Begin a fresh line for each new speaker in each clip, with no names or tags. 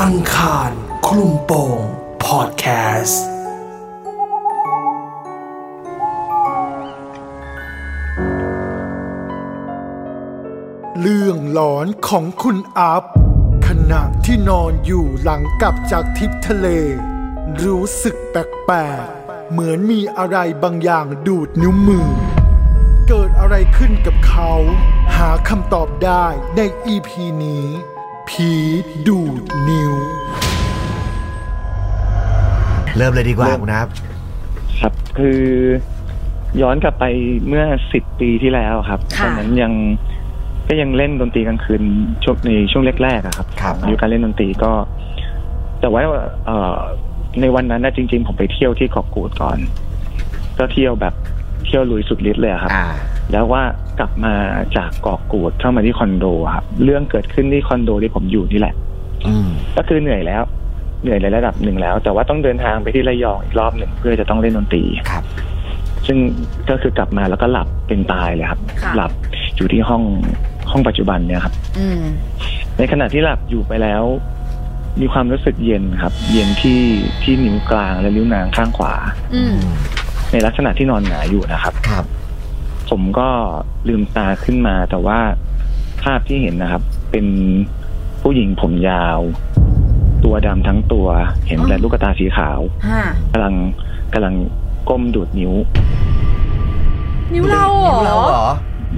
อังคารคลุมโปงพอดแคสต์
เรื่องหลอนของคุณอัพ ขณะที่นอนอยู่หลังกลับจากทริปทะเล รู้สึกแปลกๆ เหมือนมีอะไรบางอย่างดูดนิ้วมือ เกิดอะไรขึ้นกับเขา หาคำตอบได้ในอีพีนี้ ผีดูดนิ้ว
เริ่มเลยดีกว่าคุณนะครับ
ครับคือย้อนกลับไปเมื่อสิบปีที่แล้วครับต
ค่ะ
อนนั้นยังก็ยังเล่นดนตรีกลางคืนช่วงในช่วงแรกๆอะครับ
ครับ
อายุการเล่นดนตรีก็ แต่ว่าเอ่อในวันนั้นนะจริง ๆ ผมไปเที่ยวที่เกาะกูดก่อน ก็เที่ยวแบบเที่ยวลุยสุดฤทธิ์เลยอะครับ
อ่า
แล้วว่ากลับมาจากเกาะกูดเข้ามาที่คอนโดอะครับเรื่องเกิดขึ้นที่คอนโดที่ผมอยู่นี่แหละ
อืม
ก็คือเหนื่อยแล้ว เหนื่อยในระดับหนึ่งแล้ว แต่ว่าต้องเดินทางไปที่ระยองอีกรอบหนึ่งเพื่อจะต้องเล่นดนตรี
ครับ
ซึ่งก็คือกลับมาแล้วก็หลับเป็นตายเลยครับ
ค่ะ
หลับอยู่ที่ห้องห้องปัจจุบันเนี่ยครับ
อืม
ในขณะที่หลับอยู่ไปแล้ว มีความรู้สึกเย็นครับ เย็นที่ที่นิ้วกลางและนิ้วนางข้างขวา
อืม
ในลักษณะที่นอนหงายอยู่นะครับ
ครับ
ผมก็ลืมตาขึ้นมา แต่ว่าภาพที่เห็นนะครับ เป็นผู้หญิงผมยาว ตัวดำทั้งตัวเห็นแต่
อ๋อ
ลูกตาสีขาว
ห้าก
ำลังกำลังก้มดูดนิ้ว
นิ้วเราเหร
นิ้วเรา
อ
เหรอ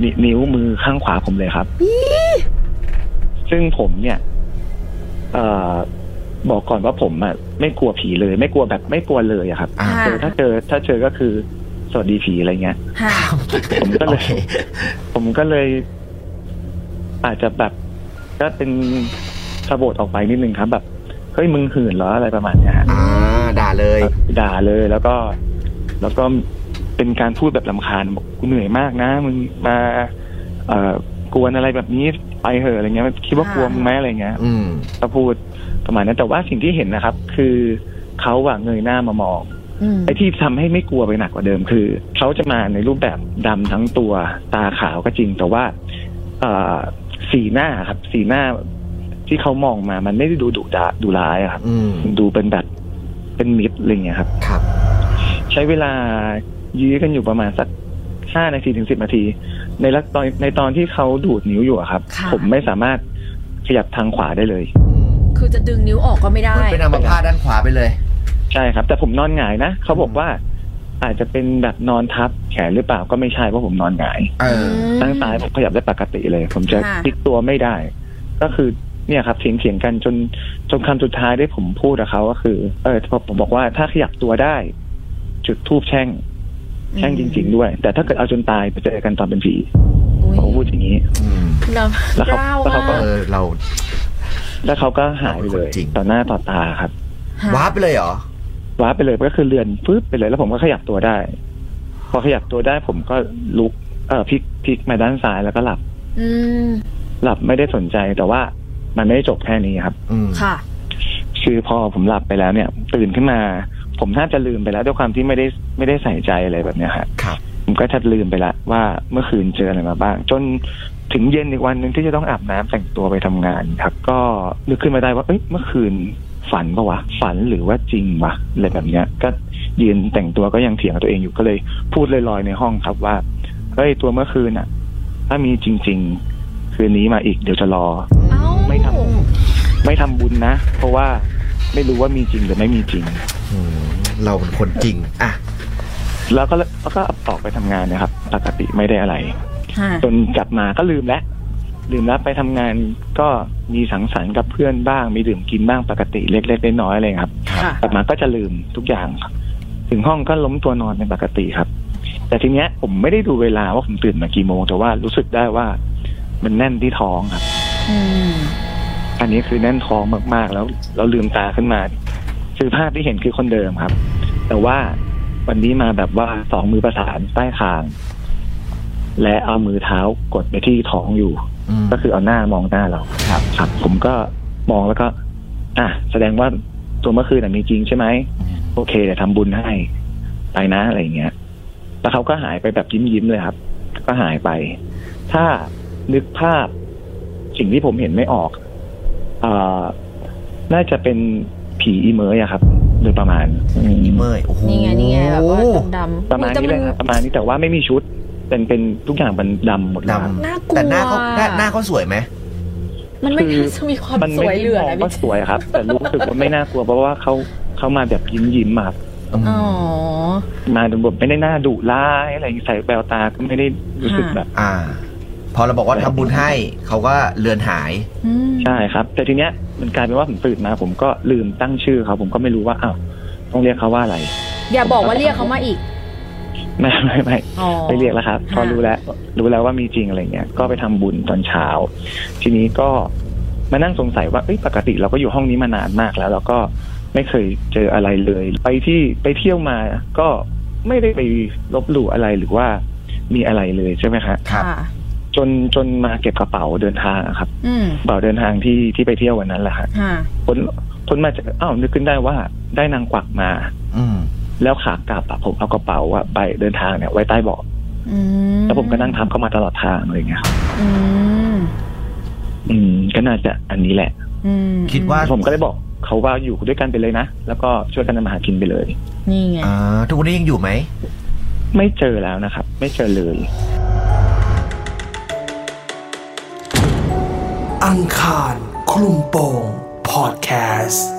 นนิ้วมือข้างขวาผมเลยครับ ซึ่งผมเนี่ย เอ่อ บอกก่อนว่าผมอะไม่กลัวผีเลย ไม่กลัวแบบไม่กลัวเลยอะครับ
อ่า
ค่ะ
เจอถ้าเจอถ้าเจอก็คือสวัสดีผีอะไรเงี้ย
ห้า
ผมก็
โอ
เลย
เค
ผมก็เลย อาจจะแบบก็เป็นสะบดออกไปนิดนึงครับ แบบเฮ้ยมึงหื่นเหรออะไรประมาณเนี้ยฮะ
อ่า ด่าเลย
ด่าเลยแล้วก็ แล้วก็เป็นการพูดแบบลำคาญบอกกูเหนื่อยมากนะมึงมา เอ่อกวนอะไรแบบนี้ไปเหอะอะไรเงี้ยคิดว่ากลัวมึงไหมอะไรเงี้ย
อืม
ก็พูดประมาณนั้นแต่ว่าสิ่งที่เห็นนะครับ คือเขาอะเงยหน้ามามอง
อืม
ไอ้ที่ทำให้ไม่กลัวไปหนักกว่าเดิมคือ เขาจะมาในรูปแบบดำทั้งตัวตาขาวก็จริง แต่ว่าเอ่อสีหน้าครับ สีหน้าที่เขามองมามันไม่ได้ดูดุดาดูร้ายอะครับ
อืม
ดูเป็นแบบเป็นมิตรอะไรเงี้ยครับ
ครับ
ใช้เวลายื้อกันอยู่ประมาณสักห้านาทีถึงสิบนาที ในละตอนในตอนที่เขาดูดนิ้วอยู่อะครับ
ค่ะ
ผมไม่สามารถขยับทางขวาได้เลย
อืม
คือจะดึงนิ้วออกก็ไม่ได้
เหมันเป็นอัมพาตด้านขวาไปเลย
ใช่ครับ แต่ผมนอนหงายนะเขาบอกว่า อาจจะเป็นแบบนอนทับแขนหรือเปล่าก็ไม่ใช่เพราะผมนอนหงาย
เอ
อื
อ
ม
ด้านซ้ายผมขยับได้ปกติเลย ผมจะ
ค่ะ
พลิกตัวไม่ได้ ก็คือเนี่ยครับเถียงเถียงกันจนจนคำสุดท้ายที่ผมพูดกับเขาก็คือ เออผมผมบอกว่าถ้าขยับตัวได้ จุดทูบแช่ง แช่งจริง ๆ ด้วย แต่ถ้าเกิดเอาจนตายไปเจอกันตอนเป็นผี
อุ๊ย
ผมพูดอย่างนี้
อืม
เรา
แล้วเขา
เล่า
แล้วเขาก็
ว่า
เออ เรา
แล้วเขาก็หายไปเลย
จริง
ต่อหน้าต่อตาครับ
ห้
วาร์ปไปเลยเหรอ
ว้าร์ปไปเลยก็คือเลือนฟืบไปเลย แล้วผมก็ขยับตัวได้ พอขยับตัวได้ผมก็ลุกเออพลิกพลิกมาด้านซ้ายแล้วก็หลับ
อืม
หลับไม่ได้สนใจแต่ว่ามันไม่ได้จบแค่นี้ครับ
อืม
ค่ะ
คือพอผมหลับไปแล้วเนี่ย ตื่นขึ้นมา ผมแทบจะลืมไปแล้วด้วยความที่ไม่ได้ไม่ได้ใส่ใจอะไรแบบเนี้ยครับ
ครับ
ผมก็แทบลืมไปละว่าเมื่อคืนเจออะไรมาบ้าง จนถึงเย็นอีกวันหนึ่งที่จะต้องอาบน้ำแต่งตัวไปทำงานครับ ก็นึกขึ้นมาได้ว่าเอ้ยเมื่อคืนฝันปะวะฝันหรือว่าจริงวะอะไรแบบเนี้ย ก็ยืนแต่งตัวก็ยังเถียงกับตัวเองอยู่ก็เลยพูดลอยๆในห้องครับว่าเฮ้ยตัวเมื่อคืนอะถ้ามีจริง ๆ คืนนี้มาอีกเดี๋ยวจะรอ
เอ้า
ไม่ท ไม่ทำบุญนะ เพราะว่าไม่รู้ว่ามีจริงหรือไม่มีจริง
อืม เราเป็นคนจริง อ่ะ
แล้วก็แล้วก็ออกไปทำงานนะครับ ปกติไม่ได้อะไร
ห้า
จนกลับมาก็ลืมแล้วลืมแล้วไปทำงานก็มีสังสรรค์กับเพื่อนบ้าง มีดื่มกินบ้างปกติเล็กๆน้อยๆอะไรครับ
ค่ะ
กลับมาก็จะลืมทุกอย่างครับ ถึงห้องก็ล้มตัวนอนเป็นปกติครับ แต่ทีเนี้ยผมไม่ได้ดูเวลาว่าผมตื่นมากี่โมง แต่ว่ารู้สึกได้ว่ามันแน่นที่ท้องครับ
อืม
อันนี้คือแน่นท้องมากๆ แล้วเราลืมตาขึ้นมา คือภาพที่เห็นคือคนเดิมครับ แต่ว่าวันนี้มาแบบว่าสองมือประสานใต้คาง และเอามือเท้ากดไปที่ท้องอยู่
อืม
ก็คือเอาหน้ามองหน้าเรา
ครับ
ครับ ผมก็มองแล้วก็ อ่ะแสดงว่าตัวเมื่อคืนนะมีจริงใช่ไหมโอเคเดี๋ยวทำบุญให้ไปนะอะไรอย่างเงี้ยแล้วเขาก็หายไปแบบยิ้มยิ้มๆเลยครับ ก็หายไป ถ้านึกภาพสิ่งที่ผมเห็นไม่ออกเออ น่าจะเป็นผีอีเมย์อะครับ โดยประมาณอืม
อีเมย์โอ้โห
นี่ไงนี่ไงแบบว่าดำๆ
ประมาณ
อุ๊ยแต่
นี้
มั
เลยครับประมาณนี้แต่ว่าไม่มีชุด เป็นเป็นทุกอย่างมันดำหมดเลยครับ
ดำ
น่ากลัว
แต่หน้าเขาหน้าหน้าเขาสวยไหม
มันไม่
คือ
น่าจะมีความ
มัน
ส
ไม่
วย
ได้
เหลือ
มอง
นะ
ว่า
พี่
สวยครับ แต่รู้สึกว่าไม่น่ากลัวเพราะว่าเขาเขามาแบบยิ้มยิ้มๆมาครับ
อ๋อ
มาดูแบบไม่ได้หน้าดุร้ายอะไรอย่างงี้ใส่แววตาก็ไม่ได้รู้สึกแบบ
อ่า พอเราบอกว่าทำบุญให้เขาก็เลือนหาย
อืม
ใช่ครับ แต่ทีเนี้ยมันกลายเป็นว่าผมตื่นมา ผมก็ลืมตั้งชื่อเขาผมก็ไม่รู้ว่าอ้าวต้องเรียกเขาว่าอะไร
อย่าบอกว่าเรียกเขามาอีก
ไม่ไม่ไม่
อ๋อ
ไม่เรียกแล้วครับ
ค่ะ
พอรู้แล้วรู้แล้วว่ามีจริงอะไรเงี้ยก็ไปทำบุญตอนเช้า ทีนี้ก็มานั่งสงสัยว่าเอ้ยปกติเราก็อยู่ห้องนี้มานานมากแล้ว แล้วก็ไม่เคยเจออะไรเลย ไปที่ไปเที่ยวมาก็ไม่ได้ไปลบหลู่อะไรหรือว่ามีอะไรเลยใช่ไหมครับ
ครับ
ค่ะ
จนจนมาเก็บกระเป๋าเดินทางอะครับ
อืม
กระเป๋าเดินทางที่ที่ไปเที่ยววันนั้นแหละฮะ
ค่ะ
ผลผลมาจากอ้าวนึกขึ้นได้ว่าได้นางกวักมา
อืม
แล้วขากลับอะผมเอากระเป๋าอะไปเดินทางเนี่ยไว้ใต้เบาะ
อืม
แล้วผมก็นั่งทับเข้ามาตลอดทางอะไรเงี้ยครับ
อืม
อืม ก็น่าจะอันนี้แหละ
อืม
คิดว่า
ผมก็เลยบอกเขาว่าอยู่ด้วยกันไปเลยนะ แล้วก็ช่วยกันทำมาหากินไปเลย
นี่ไง
อ่าทุกวันนี้ยังอยู่ไหม
ไม่เจอแล้วนะครับ ไม่เจอเลย
อังคารคลุมโปงพอดแคสต์